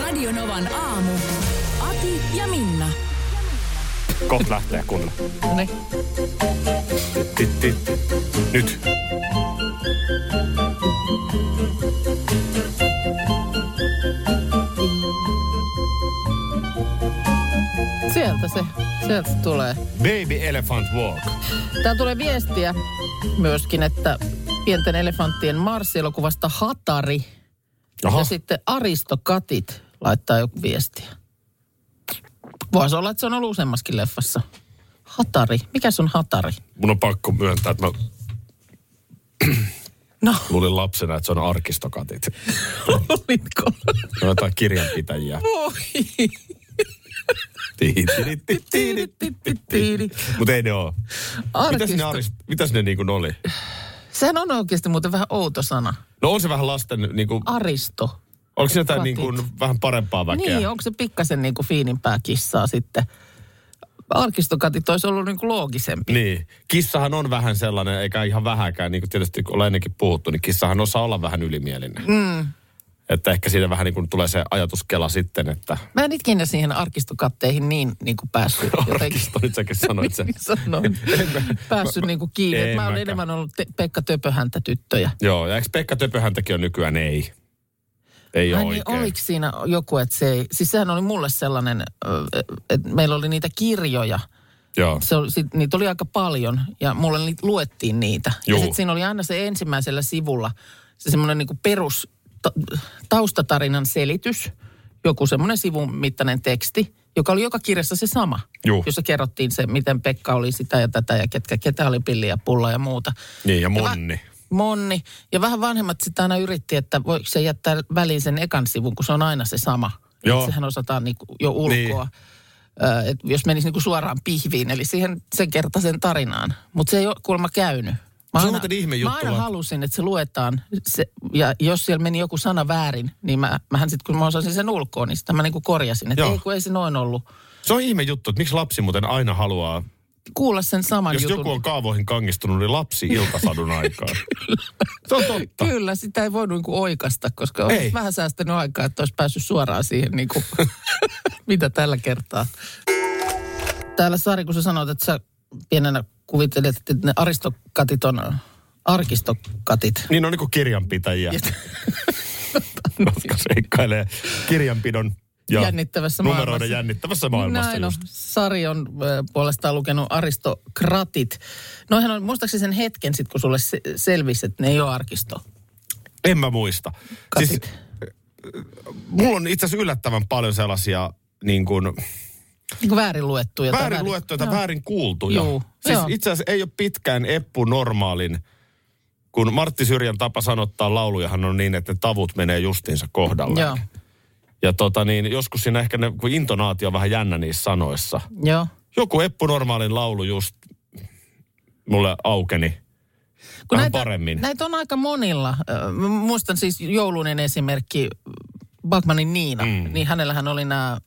Radionovan aamu. Ati ja Minna. Kohta lähtee kunnolla. No Niin. Tit, tit. Nyt. Sieltä se, sieltä se tulee. Baby Elephant Walk. Täällä tulee viestiä myöskin, että pienten elefanttien marssielokuvasta Hatari Aha. ja sitten Aristokatit laittaa joku viestiä. Voisi olla, että se on ollut useammaskin leffassa. Hatari. Mikä on hatari? Mun on pakko myöntää, että mä No, luulin lapsena, että se on arkistokatit. olitko? Ne on jotain kirjanpitäjiä. Voi. Mutta ei ne oo. Mitäs ne, Arkisto. arist, mitäs ne niinku oli? Sehän on oikeasti muuten vähän outo sana. No on se vähän lasten, niinku, Aristo. onko se jotain Katit. niinku, vähän parempaa väkeä? Niin, onko se pikkasen niin kuin fiinimpää kissaa sitten? Arkistokatit olisi ollut niin kuin loogisempi. Niin. Kissahan on vähän sellainen, eikä ihan vähäkään, niin kuin tietysti kun ollaan ennenkin puhuttu, niin kissahan osaa olla vähän ylimielinen. Mm. Että ehkä siitä vähän niin kuin tulee se ajatuskela sitten, että Mä en ikinä siihen arkistokatteihin niin, niin kuin päässyt jotenkin. arkisto nyt säkin sanoit sen. Sanoin. Päässyt niin kuin kiinni. En Mä, mä olen mäkään. enemmän ollut te- Pekka Töpöhäntä tyttöjä. Joo, ja eikö Pekka Töpöhäntäkin on nykyään ei? Ei ole Ai niin, oikein. oliko siinä joku, että se ei... Siis sehän oli mulle sellainen, ö, että meillä oli niitä kirjoja. Joo. Se oli, sit, niitä oli aika paljon ja mulle niitä luettiin niitä. Juu. Ja sitten siinä oli aina se ensimmäisellä sivulla se semmoinen niinku perus ta- taustatarinan selitys, joku semmoinen sivun mittainen teksti, joka oli joka kirjassa se sama, Juu. jossa kerrottiin se, miten Pekka oli sitä ja tätä ja ketkä, ketä oli pilli ja pulla ja muuta. Niin, ja va- Monni. Monni. Ja vähän vanhemmat sitä aina yritti, että voiko se jättää väliin sen ekan sivun, kun se on aina se sama. Joo. Sehän osataan niinku jo ulkoa. Niin. Ö, et jos menisi niinku suoraan pihviin, eli siihen sen kertaisen tarinaan. Mutta se ei ole kuulemma käynyt. Mä Se on muuten ihme juttu, mä aina vaikka- halusin, että se luetaan, se, ja jos siellä meni joku sana väärin, niin mä, mähän sitten kun mä osasin sen ulkoon, niin sitä mä niinku korjasin, että Joo. ei kun ei se noin ollut. Se on ihme juttu, että miksi lapsi muuten aina haluaa, Kuulla sen saman jos jutun. joku on kaavoihin kangistunut, niin lapsi iltasadun aikaan. Se on totta. Kyllä, sitä ei voi niinku oikasta, koska on Ei. vähän säästänyt aikaa, että olisi päässyt suoraan siihen, niinku, mitä tällä kertaa. Täällä Sari, kun sä sanoit, että sä pienenä kuvittelet, että ne aristokatit on arkistokatit. Niin ne on niinku kirjanpitäjiä. jotka seikkailee kirjanpidon ja Jännittävässä numeroiden maailmassa. jännittävässä maailmassa. Näin on. just. Sari on ö, puolestaan lukenut aristokratit. Noihän on, muistaakseni sen hetken sitten, kun sulle se, selvisi, että ne ei ole arkisto. En mä muista. Katit. Siis, mulla on itse asiassa yllättävän paljon sellaisia niin kuin, Niin kuin väärin luettuja. tai väärin luettuja tai Joo. väärin kuultuja. Juu, siis joo. itse asiassa ei ole pitkään Eppu normaalin, kun Martti Syrjän tapa sanottaa laulujahan on niin, että ne tavut menee justiinsa kohdalle. Joo, Ja tota niin, joskus siinä ehkä ne, kun intonaatio on vähän jännä niissä sanoissa. joo. Joku Eppu normaalin laulu just mulle aukeni. Kun Vähän paremmin. Näitä on aika monilla. Ö, mä Muistan siis joulunen esimerkki, Bakmanin Niina, mm. niin hänellähän oli nämä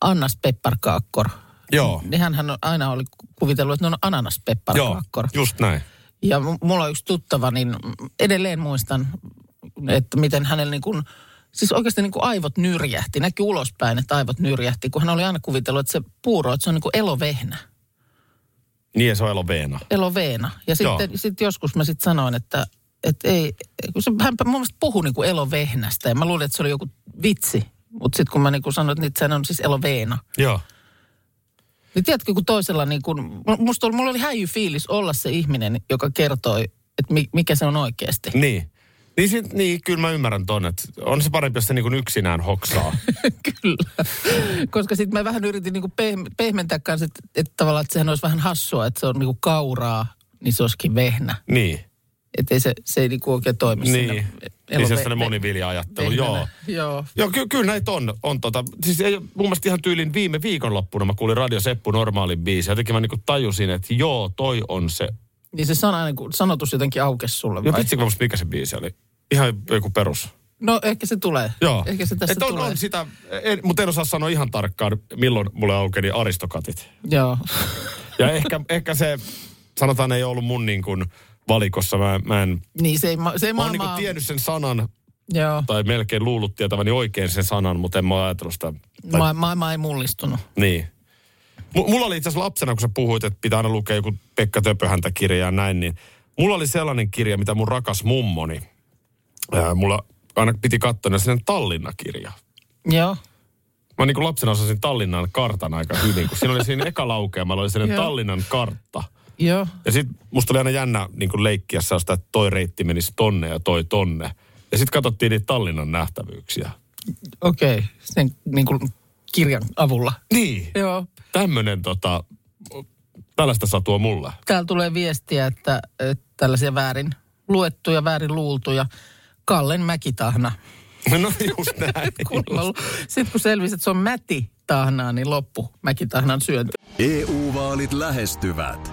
Annas Pepparkaakkor. Joo. Niin hän aina oli kuvitellut, että ne on ananas pepparkaakkor. just näin. Ja m- mulla on yksi tuttava, niin edelleen muistan, että miten hänellä niin kuin, siis oikeasti niin kuin aivot nyrjähti. Näki ulospäin, että aivot nyrjähti, kun hän oli aina kuvitellut, että se puuro, että se on niin kuin elovehnä. Niin, ja se on eloveena. eloveena. Ja Joo. sitten sit joskus mä sitten sanoin, että et ei, kun se, hän mun mielestä puhui niinku elovehnästä ja mä luulin, että se oli joku vitsi. Mutta sitten kun mä niinku sanoin, että sehän on siis eloveena. Joo. Niin tiedätkö, kun toisella niinku, mu- musta oli, mulla oli häijy fiilis olla se ihminen, joka kertoi, että mi, mikä se on oikeasti. Niin. Niin, sit, niin, kyllä mä ymmärrän ton, että on se parempi, jos se niin yksinään hoksaa. Kyllä. Koska sitten mä vähän yritin niinku peh- pehmentää kanssa, että et tavallaan, että sehän olisi vähän hassua, että se on niinku kauraa, niin se olisikin vehnä. niin. Että ei se, se ei niinku oikein toimi Niin. siinä Niin Elo- se on sellainen ve- monivilja-ajattelu, vehnänä. joo. Joo. Joo, ky- kyllä näitä on. on tota, siis ei, mun mielestä ihan tyylin viime viikonloppuna mä kuulin Radio Seppu normaalin biisin. Jotenkin mä niinku tajusin, että joo, toi on se. Niin se sana, niin kuin, sanotus jotenkin aukesi sulle Ja vai? vitsi, kun mä muistin, mikä se biisi oli. Ihan joku perus. No ehkä se tulee. Joo. Ehkä se tässä Et on, tulee. on sitä, en, mutta en osaa sanoa ihan tarkkaan, milloin mulle aukeni aristokatit. Joo. Ja ehkä, ehkä se, sanotaan, ei ollut mun niin kuin valikossa. Mä, mä en, niin se ei, ma- se ei mä oon niin maailmaa... kuin tiennyt sen sanan, Joo. tai melkein luullut tietäväni oikein sen sanan, mutta en mä oo ajatellut sitä. Tai, Ma- maailma ei mullistunut. Niin. M- mulla oli itse asiassa lapsena, kun sä puhuit, että pitää aina lukea joku Pekka Töpöhäntä kirjaa ja näin, niin mulla oli sellainen kirja, mitä mun rakas mummoni, ää, mulla aina piti katsoa, niin sellainen Tallinna-kirja. Joo. Mä niin kuin lapsena osasin Tallinnan kartan aika hyvin, kun siinä oli siinä eka laukeamalla oli sellainen Joo. Tallinnan kartta. Joo. Ja sit musta oli aina jännä niin kuin leikkiä sellaista, että toi reitti menisi tonne ja toi tonne. Ja sit katsottiin niitä Tallinnan nähtävyyksiä. Okei. Okay. Sen niin kuin kirjan avulla. Niin. Joo. Tämmönen tota, tällaista satua mulle. Täällä tulee viestiä, että, että tällaisia väärin luettuja, väärin luultuja. Kallen mäkitahna. No just näin. Kuulolla ollut. Sitten kun selvisi, että se on mäti tahnaa, niin loppu mäkitahnan syönti. EU-vaalit E lähestyvät.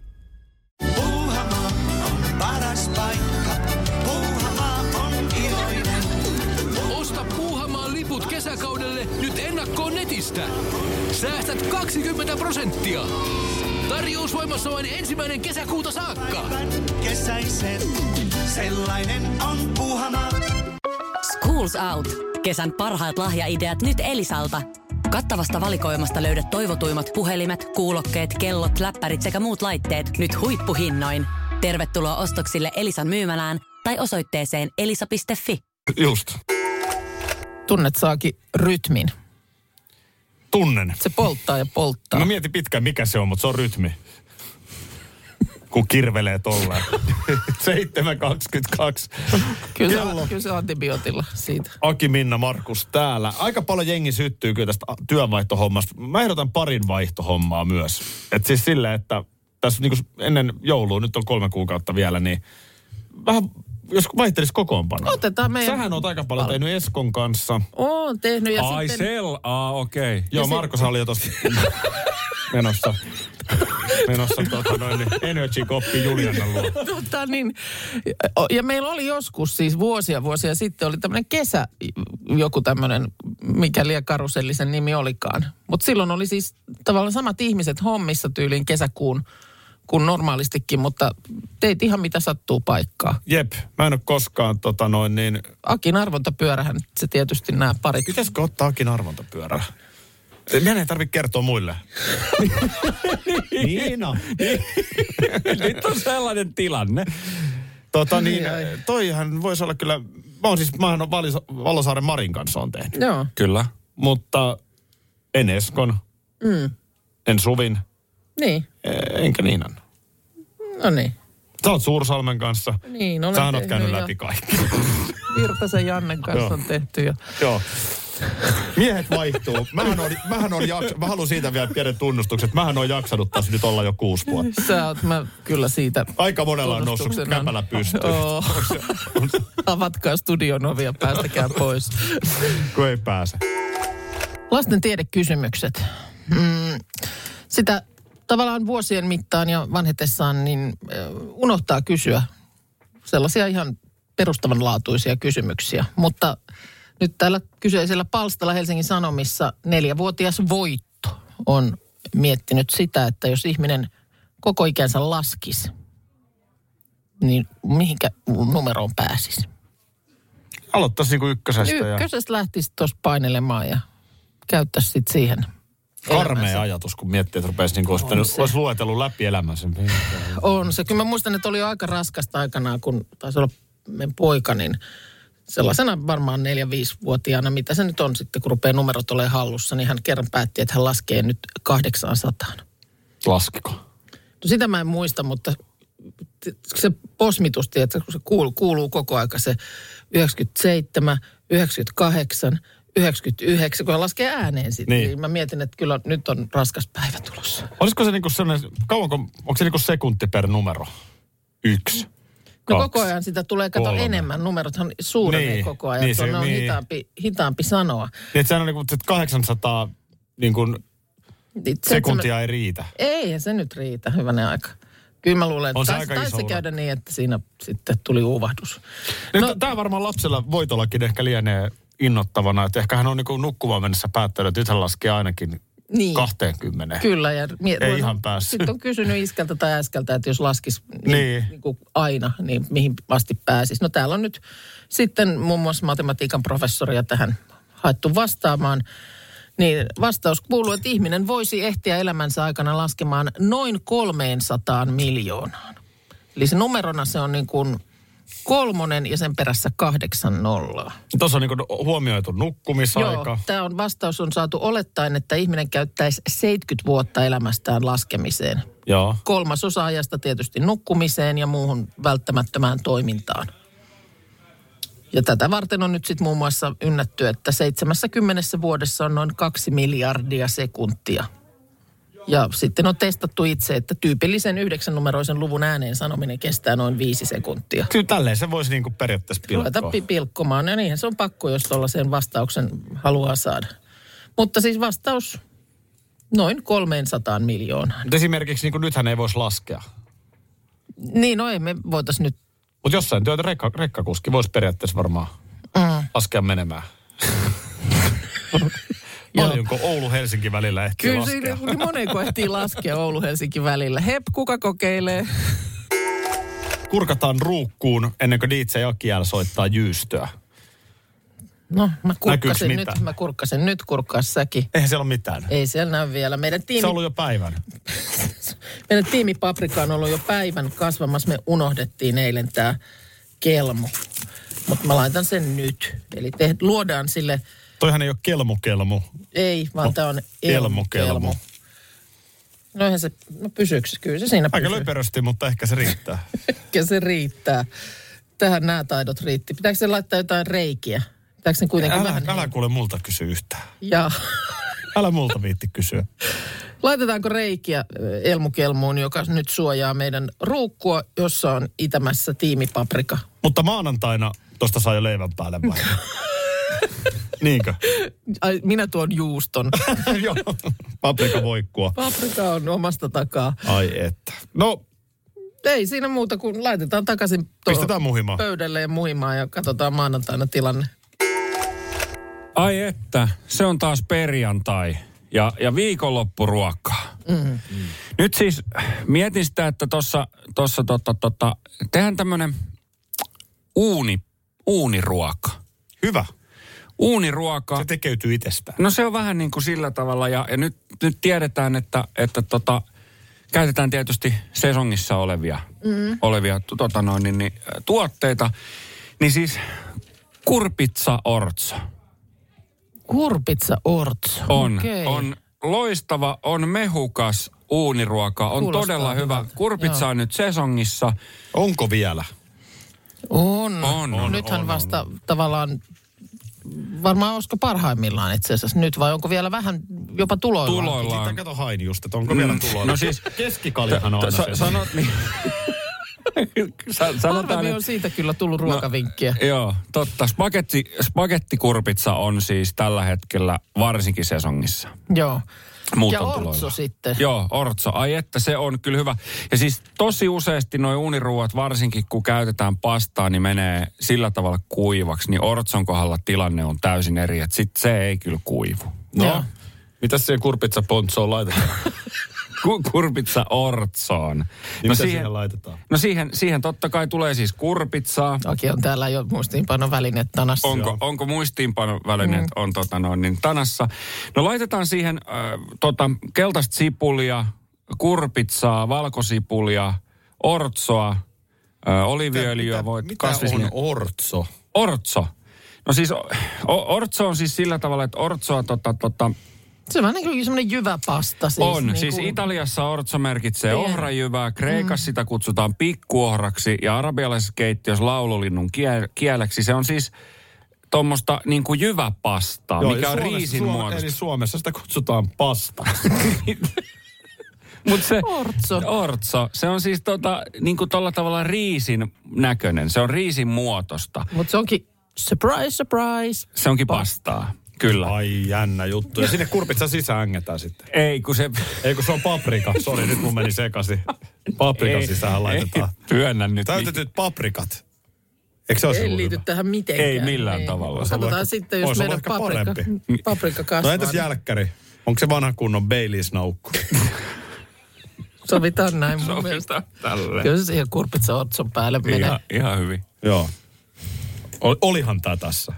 Puuhamaa on paras paikka. Puuhamaa on iloinen. Osta Puuhamaan liput kesäkaudelle nyt ennakkoon netistä. Säästät 20 prosenttia. Tarjous voimassa vain ensimmäinen kesäkuuta saakka. Kesäisen. Sellainen on Puuhamaa. Schools Out. Kesän parhaat lahjaideat nyt Elisalta. Kattavasta valikoimasta löydät toivotuimmat puhelimet, kuulokkeet, kellot, läppärit sekä muut laitteet nyt huippuhinnoin. Tervetuloa ostoksille Elisan myymälään tai osoitteeseen elisa.fi. Just. Tunnet saakin rytmin. Tunnen. Se polttaa ja polttaa. Mä mietin No pitkään, mikä se on, mutta se on rytmi. Kun kirvelee tolleen. 7.22. kyllä, kello. se, kyllä se antibiootilla siitä. Aki, Minna, Markus täällä. Aika paljon jengi syttyy kyllä tästä työnvaihtohommasta. Mä ehdotan parin vaihtohommaa myös. Et siis sillä, että tässä niinku ennen joulua, nyt on kolme kuukautta vielä, niin vähän jos vaihtelisi kokoonpanoa. Otetaan meidän- Sähän oot aika paljon tehnyt Eskon kanssa. Oon tehnyt ja Ai sitten... sel, aa okei. Okay. Joo, Markus oli jo tossa menossa, menossa tota noin, niin Energy Coppi Juliannan luo. Tota niin, ja meillä oli joskus siis vuosia vuosia sitten oli tämmöinen kesä, joku tämmöinen, mikä liian karuselli sen nimi olikaan. Mutta silloin oli siis tavallaan samat ihmiset hommissa tyyliin kesäkuun kuin normaalistikin, mutta teit ihan mitä sattuu paikkaa. Jep, mä en ole koskaan tota noin niin... Akin arvontapyörähän se tietysti nämä parit. Pitäisikö ottaakin arvontapyörä? Meidän ei tarvitse kertoa muille. Niina. Nyt on sellainen tilanne. Tota niin, toihan voisi olla kyllä... Mä oon siis, mähän on Valis- Valosaaren Marin kanssa on tehnyt. Joo. Kyllä. Mutta en Eskon, mm. en Suvin, Niin, e- enkä Niinan. no niin. Sä oot Suursalmen kanssa. Niin, olen Sähän oot tehnyt käynyt jo. läpi kaikki. Virtasen Jannen kanssa on tehty jo. Joo. Miehet vaihtuu. Mähän on, mähän on jaks... Mä haluan siitä vielä pienen tunnustuksen, että mähän on jaksanut tässä nyt olla jo kuusi vuotta. Sä oot, mä kyllä siitä Aika monella on noussut Tunnustuksen on. käpälä pystyyn, Oo. Avatkaa studion ovia, päästäkää pois. kun ei pääse. Lasten tiedekysymykset. Mm, sitä tavallaan vuosien mittaan ja vanhetessaan niin ö, unohtaa kysyä sellaisia ihan perustavanlaatuisia kysymyksiä. Mutta nyt täällä kyseisellä palstalla Helsingin Sanomissa neljävuotias Voitto on miettinyt sitä, että jos ihminen koko ikänsä laskisi, niin mihinkä numeroon pääsisi? Aloittaisi niinku ykkösestä. Ykkösestä lähtisi tuossa painelemaan ja käyttäisi sit siihen. Karmea elämänsä. ajatus, kun miettii, että rupeaisi niin olisi, se. olisi luetellut läpi elämänsä. On se. Kyllä mä muistan, että oli jo aika raskasta aikanaan, kun taisi olla meidän poika, niin sellaisena varmaan 4-5-vuotiaana, mitä se nyt on sitten, kun rupeaa numerot olemaan hallussa, niin hän kerran päätti, että hän laskee nyt 800. Laskiko? No sitä mä en muista, mutta t- se posmitus, että kun se kuuluu, kuuluu koko aika se 97, 98, 99, kun hän laskee ääneen sitten. Niin. Niin. Mä mietin, että kyllä nyt on raskas päivä tulossa. Olisiko se niinku sellainen, kauanko, onko se niinku sekunti per numero? Yksi. No kaksi. koko ajan sitä tulee, kato kolme. enemmän, numerothan suurenee Niin, niin, koko ajan, niin niin, se- se, on niin. niin. hitaampi, hitaampi sanoa. Niin, että sehän on niinku että 800 niin kuin Niin, seitsemän- sekuntia ei riitä. Ei, se nyt riitä, hyvänä aika. Kyllä mä luulen, On että se aika taisi, iso taisi se ura. käydä niin, että siinä sitten tuli uvahdus. No, Tämä varmaan lapsella voitollakin ehkä lienee innottavana, että ehkä hän on niinku nukkumaan mennessä päättänyt, että nyt hän laskee ainakin Niin. 20. Kyllä. Ja mie- Ei ihan päässyt. Sitten on kysynyt iskältä tai äskältä, että jos laskisi niin, Niin. niin. Niin kuin aina, niin mihin asti pääsisi. No täällä on nyt sitten muun muassa matematiikan professoria tähän haettu vastaamaan. Niin vastaus kuuluu, että ihminen voisi ehtiä elämänsä aikana laskemaan noin 300 miljoonaan. Eli se numerona se on niin kuin kolmonen ja sen perässä kahdeksan nollaa. Tuossa on niinku huomioitu nukkumisaika. Joo, tämä on vastaus on saatu olettaen, että ihminen käyttäisi 70 vuotta elämästään laskemiseen. Joo. Kolmasosa ajasta tietysti nukkumiseen ja muuhun välttämättömään toimintaan. Ja tätä varten on nyt sitten muun muassa ynnätty, että 70 vuodessa on noin 2 miljardia sekuntia. Ja sitten on testattu itse, että tyypillisen yhdeksännumeroisen luvun ääneen sanominen kestää noin viisi sekuntia. Kyllä tälleen se voisi niinku periaatteessa Ruveta pilkkoa. pi- pilkkomaan. Ja niinhän se on pakko, jos tuollaisen vastauksen haluaa saada. Mutta siis vastaus noin 300 miljoonaa. Mutta esimerkiksi niin nythän ei voisi laskea. Niin, no ei me voitaisiin nyt... Mutta jossain työtä rekka, rekkakuski voisi periaatteessa varmaan Mm. laskea menemään. Paljonko Oulu-Helsinki välillä ehtii Kyllä laskea? siinä niin monen ehtii laskea Oulu-Helsinki välillä. Hep, kuka kokeilee? Kurkataan ruukkuun ennen kuin DJ Akiel soittaa jyystöä. No, mä Näkyykö kurkkasin nyt, mitään? mä kurkkasin nyt, kurkkaa säkin. Eihän siellä ole mitään. Ei siellä näy vielä. Meidän tiimi, Se on ollut jo päivän. meidän tiimi Paprika on ollut jo päivän kasvamassa. Me unohdettiin eilen tämä kelmo. Mutta mä laitan sen nyt. Eli te, luodaan sille Toihan ei ole kelmu-kelmu. Ei, vaan No, no, tämä on Elmo Elmo Kelmo. Kelmo. No eihän se, no pysyykö se? Kyllä se siinä Aika pysyy. löperösti, mutta ehkä se riittää. Ehkä se riittää. Tähän nämä taidot riitti. Pitääkö se laittaa jotain reikiä? Pitääkö se kuitenkin Älä, vähän... älä kuule multa kysy yhtään. Ja Älä multa viitti kysyä. laitetaanko reikiä ö, elmukelmuun, joka nyt suojaa meidän ruukkua, jossa on itämässä tiimipaprika? Mutta maanantaina tosta saa jo leivän päälle vai? Niinkö? Ai, minä tuon juuston. Joo. Paprika voikkua. Paprika on omasta takaa. Ai että. No, Ei siinä muuta kuin laitetaan takaisin tuohon pistetään muhimaan. pöydälle ja muimaan ja katsotaan maanantaina tilanne. Ai että, se on taas perjantai ja, ja viikonloppuruokaa. Mm. Nyt siis mietin sitä, että tuossa tossa, tota, totta, totta, tehdään tämmöinen uuni, uuniruoka. Hyvä. Uuniruoka. Se tekeytyy itsestään. No se on vähän niin kuin sillä tavalla ja, ja nyt, nyt tiedetään, että, että tota, käytetään tietysti sesongissa olevia, mm. olevia tu- tota noin, niin, niin, ä, tuotteita. Niin siis kurpitsa ortsa Kurpitsa ortso. on, Okei. on loistava, on mehukas uuniruoka, on Kuulostaa todella hyvä. hyvältä. Kurpitsa Joo. on nyt sesongissa. Onko vielä? On. On, on, No Nythän on, vasta tavallaan, varmaan olisiko parhaimmillaan itse asiassa nyt, vai onko vielä vähän jopa tuloilla? Tuloillaan. Sitten kato hain just, että onko vielä tuloilla. No siis- keskikaljahan on aina Sa- se. sanot, niin, Sa- sanotaan, No, Harvemmin että on siitä kyllä tullut ruokavinkkiä. Joo, totta. Spagetti, spagettikurpitsa on siis tällä hetkellä varsinkin sesongissa. Joo. e- Muut ja siis. on ortso tuloilla. sitten. Joo, ortso. Ai että se on kyllä hyvä. Ja siis tosi useasti noi uuniruuat, varsinkin kun käytetään pastaa, niin menee sillä tavalla kuivaksi. Niin ortson kohdalla tilanne on täysin eri, että sit se ei kyllä kuivu. No, Joo. No. Mitäs siihen kurpitsa pontsoon laitetaan? Ku- Kurpitsa ortsoon. mitä siihen laitetaan? No siihen, siihen totta kai tulee siis kurpitsaa. Aki on täällä jo muistiinpanon välineet tanassa. Onko, onko muistiinpanovälineet mm. on tota noin, niin tanassa. No laitetaan siihen äh, tota, keltaista sipulia, kurpitsaa, valkosipulia, ortsoa, äh, oliviöljyä, voit mitä kasvisliha- on ortso? Ortso. No siis o- o- ortso on siis sillä tavalla, että ortsoa tota, tota, Se on vähän niin kuin semmoinen jyväpasta. Siis, on. niin siis kuin- Italiassa ortso merkitsee Tiedän. ohrajyvää, Kreikassa sitä kutsutaan pikkuohraksi ja arabialaisessa keittiössä laululinnun kie- kieleksi. Se on siis tuommoista niin kuin jyväpastaa, Joo, mikä ja on Suomessa- riisin Suo- muodosta. Eli Suomessa sitä kutsutaan pasta. Mut se, Ortso. Ortso. Se on siis tota, niin kuin tolla tavalla riisin näköinen. Se on riisin muotosta. Mutta se onkin surprise, surprise. Se onkin pastaa. Kyllä. Ai jännä juttu. Ja sinne kurpitsa sisään ängetään sitten. Ei, kun se... Ei kun se on paprika. Sori, nyt mun meni sekasi. Paprikan ei, sisään laitetaan. Ei, työnnä nyt. Täytetyt paprikat. Eikö se No ole se Ei mun liity hyvä? tähän mitenkään. Ei millään tavalla. Se on Katsotaan vaikka- Niin. sitten, jos Ois se meidän vaikka paprika, parempi. paprika kasvaa. No entäs jälkkäri? Onko se vanha kunnon Baileys-naukku? niin Sovitaan näin mun Sovitaan mielestä. tälle. Kyllä se siihen kurpitsa ortson päälle menee. Ihan, ihan hyvin. Joo. Ol- olihan tää tässä.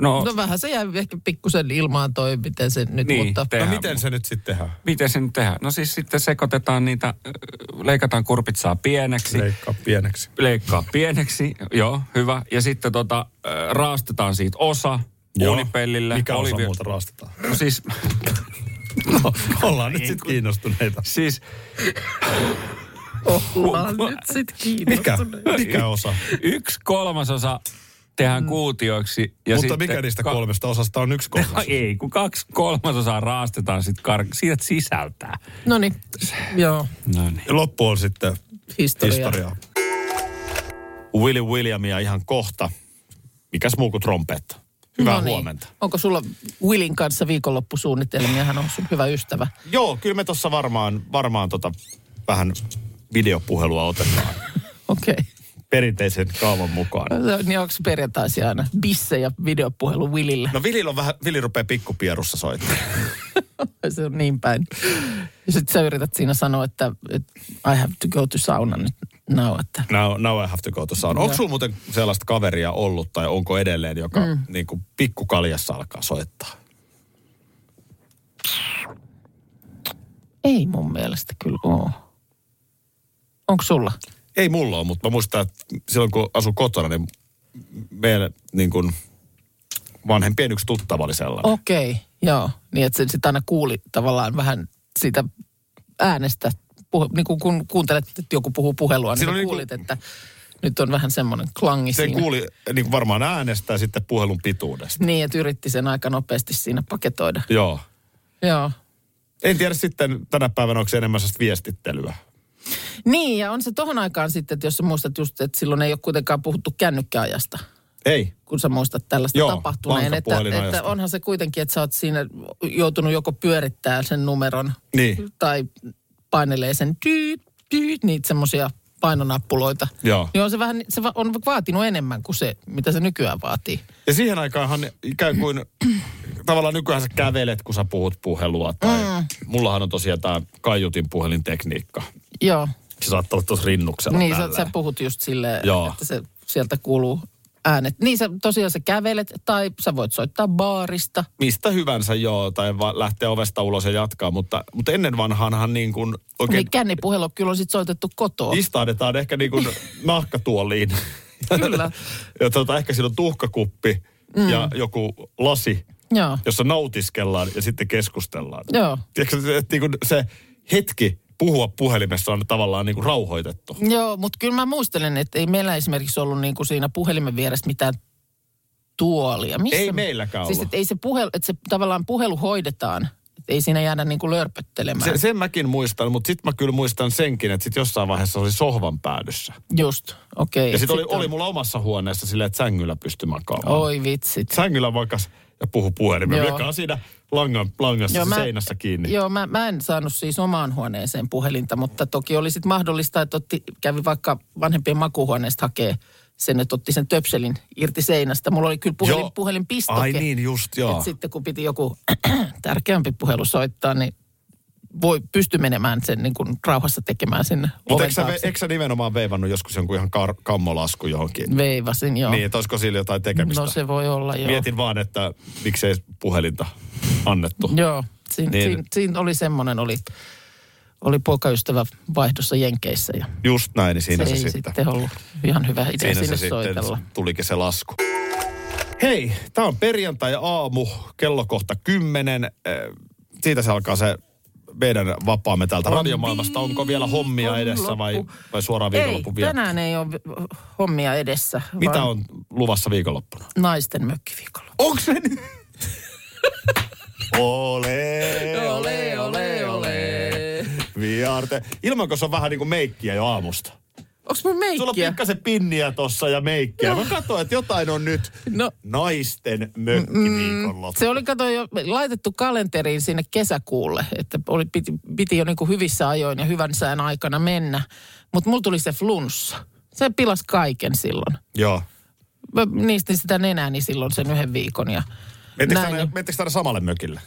No, No vähän se jäi ehkä pikkusen ilmaan toi, miten se nyt, Niin, mutta... te- No Tehdään miten se nyt sitten tehdään? miten se nyt tehdään? No siis sitten sekoitetaan niitä, äh, leikataan kurpitsaa pieneksi. Leikkaa pieneksi. leikkaa pieneksi, joo, hyvä. Ja sitten tota, äh, raastetaan siitä osa Joo. uunipellille. Mikä osa olivi- muuta raastetaan? No siis, No, ollaan nyt sitten kiinnostuneita. siis Ollaan nyt sit Mikä? kiinnostuneet. Mikä osa? yksi kolmasosa tehdään kuutioiksi. Ja Mutta sitten mikä niistä ka- kolmesta osasta on yksi kolmas? Ei, kun kaksi kolmasosaa raastetaan sit kar- sieltä sisältää. No niin, joo, No niin. Loppu on sitten historia. historiaa. Willy Williamia ihan kohta. Mikäs muu kuin trompetta? Hyvää No niin. huomenta. Onko sulla Willin kanssa viikonloppusuunnitelmia? Hän on sun hyvä ystävä. Joo, kyllä me tuossa varmaan, varmaan tota vähän videopuhelua otetaan Okei. perinteisen kaavan mukaan. Okay. Niin onko perjantaisi aina bisse ja videopuhelu Willille? No Vilillä on vähän, Vili rupeaa pikkupierussa soittamaan. Se on niin päin. Ja sit sä yrität siinä sanoa, että, että I have to go to sauna nyt now. Että. Now, now I have to go to sauna. Onko sulla muuten sellaista kaveria ollut tai onko edelleen, joka mm. niin kuin pikkukaljassa alkaa soittaa? Ei mun mielestä kyllä oo. Onko sulla? Ei mulla ole, mutta mä muistan, että silloin kun asun kotona, niin meillä niin kuin vanhempien yksi tuttava oli sellainen. Okei, okay, joo. Niin, että sitä aina kuuli tavallaan vähän siitä äänestä. Puhe, niin kun, kun kuuntelet, että joku puhuu puhelua, niin Siinä sä oli niinku- kuulit, että nyt on vähän semmoinen klangi Se siinä. kuuli niin kuin varmaan äänestä ja sitten puhelun pituudesta. Niin, että yritti sen aika nopeasti siinä paketoida. Joo. Joo. En tiedä sitten tänä päivänä, onko se enemmän sellaista viestittelyä. Niin, ja on se tohon aikaan sitten, että jos sä muistat just, että silloin ei ole kuitenkaan puhuttu kännykkäajasta, Ei. kun sä muistat tällaista Joo, tapahtuneen. Että, lankapuhelinajasta. että onhan se kuitenkin, että sä oot siinä joutunut joko pyörittää sen numeron Niin. tai painelee sen tyyt, tyyt, niitä semmoisia painonappuloita. Joo. Niin on se, vähän, se va- on vaatinut enemmän kuin se, mitä se nykyään vaatii. Ja siihen aikaanhan ikään kuin tavallaan nykyään sä kävelet, kun sä puhut puhelua. Tai mm. Mullahan on tosiaan tämä kaiutin puhelintekniikka. Joo, Se saattaa olla tuossa rinnuksella niin sä, tällä. sä puhut just silleen, Joo. että se, sieltä kuuluu äänet. Niin sä tosiaan sä kävelet tai sä voit soittaa baarista. Mistä hyvänsä joo, tai va- lähtee ovesta ulos ja jatkaa. Mutta, mutta ennen vanhaanhan niin kuin Okay. oikein Niin kännipuhelu kyllä on sit soitettu kotoa. istahdetaan ehkä niin kuin nahkatuoliin. Kyllä. ja tota, ehkä siinä on tuhkakuppi mm. ja joku lasi, Joo. jossa nautiskellaan ja sitten keskustellaan. Joo. Tiedätkö, että niin kuin se hetki puhua puhelimessa on tavallaan niin kuin rauhoitettu. Joo, mutta kyllä mä muistelen, että ei meillä esimerkiksi ollut niinku siinä puhelimen vieressä mitään tuolia. Missä Ei me- meilläkään Siis ollut. et ei se, puhelu, et se tavallaan puhelu hoidetaan, et ei siinä jäädä niinku lörpöttelemään. Se, Se, se... sen mäkin muistan, mutta sitten mä kyllä muistan senkin, että sitten jossain vaiheessa oli sohvan päädyssä. Just, okei. Ja sitten oli, Sit on- oli mulla omassa huoneessa silleen, että sängyllä pystyi makaamaan. Oi vitsit. Sängyllä vakas ja puhu puhelimeen. Joo. Joka on siinä langan, langassa se seinässä kiinni. Joo, mä, mä en saanut siis omaan huoneeseen puhelinta, mutta toki oli sitten mahdollista, että otti, kävi vaikka vanhempien makuuhuoneesta hakee sen, että otti sen töpselin irti seinästä. Mulla oli kyllä puhelin, Joo. puhelinpistoke. Ai niin, just joo. Et sitten kun piti joku tärkeämpi puhelu soittaa, niin voi pysty menemään sen niin kuin rauhassa tekemään sinne Mutta oven eikö sä, taakse. ve- eikö sä nimenomaan veivannut joskus jonkun ihan kar- kammolasku johonkin? Veivasin, joo. Niin, että olisiko sillä jotain tekemistä? no se voi olla, joo. Mietin vaan, että miksei puhelinta annettu. Joo, siinä, Niin. niin. siinä, siinä oli semmoinen, oli, oli poikaystävä vaihdossa Jenkeissä ja Just näin, niin siinä se, se, ei sitten. sitten ollut ihan hyvä idea Siinä sinne se sitten soitella. tulikin se lasku. Hei, tämä on perjantai-aamu, kello kohta kymmenen. Eh, Siitä se alkaa se meidän vapaamme täältä radiomaailmasta. Onko vielä hommia edessä vai, vai suoraan Ei, viikonloppu vielä? tänään ei ole hommia edessä. Mitä vaan on luvassa viikonloppuna? Naisten mökkiviikolla. Onko se niin? nyt? Ole, Ole, ole, ole. viarte. Ilmanko se on vähän niin kuin meikkiä jo aamusta? Onks mun Sulla on meikkiä? pikkasen pinniä tossa ja meikkiä. Mä katsoin, että jotain on nyt No. naisten mökkiviikonloppu. Se oli kato jo laitettu kalenteriin sinne kesäkuulle, että oli, piti, piti jo niinku hyvissä ajoin ja hyvän sään aikana mennä. Mutta mulla tuli se flunssa. Se pilas kaiken silloin. Joo. Mä niistin sitä nenääni silloin sen yhden viikon ja Mentekö näin. tänne, mentekö tänne samalle mökille?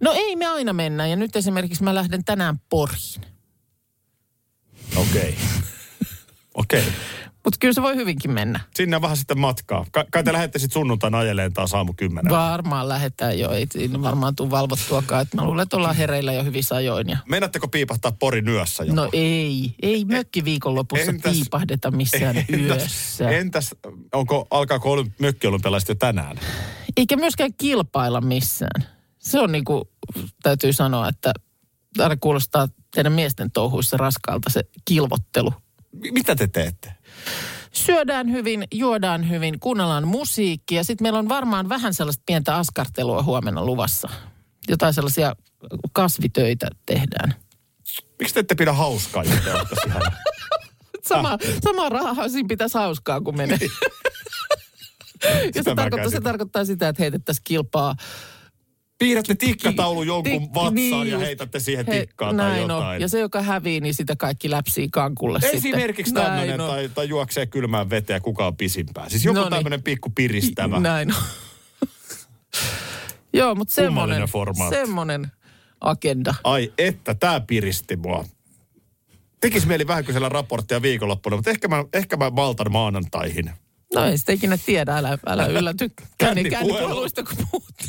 No ei me aina mennä ja nyt esimerkiksi mä lähden tänään Poriin. Okei. Okay. Okei. Okay. Mutta kyllä se voi hyvinkin mennä. Sinne on vähän sitten matkaa. Ka- kai te lähdette sitten sunnuntaina ajeleen taas aamu kymmenen. Varmaan lähetään jo, ei siinä varmaan tule valvottuakaan. Et mä luulen, että ollaan hereillä jo hyvissä ajoin. Ja... Meinaatteko piipahtaa Porin yössä jopa? No ei, ei mökki viikonlopussa Entäs- piipahdeta missään entäs, yössä. entäs, onko, alkaako olym, mökkiolympialaiset jo tänään? Eikä myöskään kilpailla missään. Se on niinku, täytyy sanoa, että aina kuulostaa teidän miesten touhuissa raskaalta se kilvottelu. M- mitä te teette? Syödään hyvin, juodaan hyvin, kuunnellaan musiikkia. Sitten meillä on varmaan vähän sellaista pientä askartelua huomenna luvassa. Jotain sellaisia kasvitöitä tehdään. Miksi te ette pidä hauskaa, jos te olette siellä? Ah. Sama, sama rahaa siinä pitäisi hauskaa, kun menee. ja Niin. Sitä se mä tarkoittaa, se käsitin. tarkoittaa sitä, että heitettäisiin kilpaa. Piirrätte tikkataulu jonkun Tik- vatsaan niin ja just. heitätte siihen He- tikkaa tai näin on. jotain. Ja se, joka hävii, niin sitä kaikki läpsii kankulle Esimerkiksi sitten. tämmöinen, Näin on. tai, tai juoksee kylmään veteen ja kuka on pisimpään. Siis joku Noniin. tämmöinen pikku piristävä. Näin on. Joo, mutta semmoinen, formaatti. semmoinen agenda. Ai että, tämä piristi mua. Tekis mieli vähän kysellä raporttia viikonloppuna, mutta ehkä mä, ehkä mä valtan maanantaihin. No ei sitä ikinä tiedä, älä, älä ylläty. Kännipuhelu. Käänni, käännipuheluista, kun puhuttiin.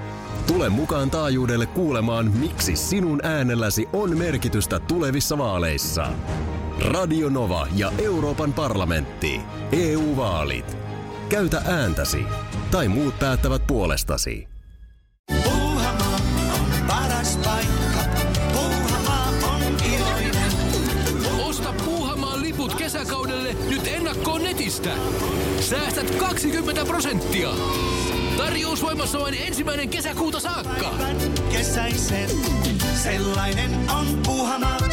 Tule mukaan taajuudelle kuulemaan, miksi sinun äänelläsi on merkitystä tulevissa vaaleissa. Radio Nova ja Euroopan parlamentti. EU-vaalit. Käytä ääntäsi. Tai muut päättävät puolestasi. Puuhamaa on paras paikka. Puuhamaa on iloinen. Osta Puuhamaan liput kesäkaudelle nyt ennakkoon netistä. Säästät 20 prosenttia. Tarjous voimassa vain ensimmäinen kesäkuuta saakka. Kesäisen. Sellainen on Puuhamaa.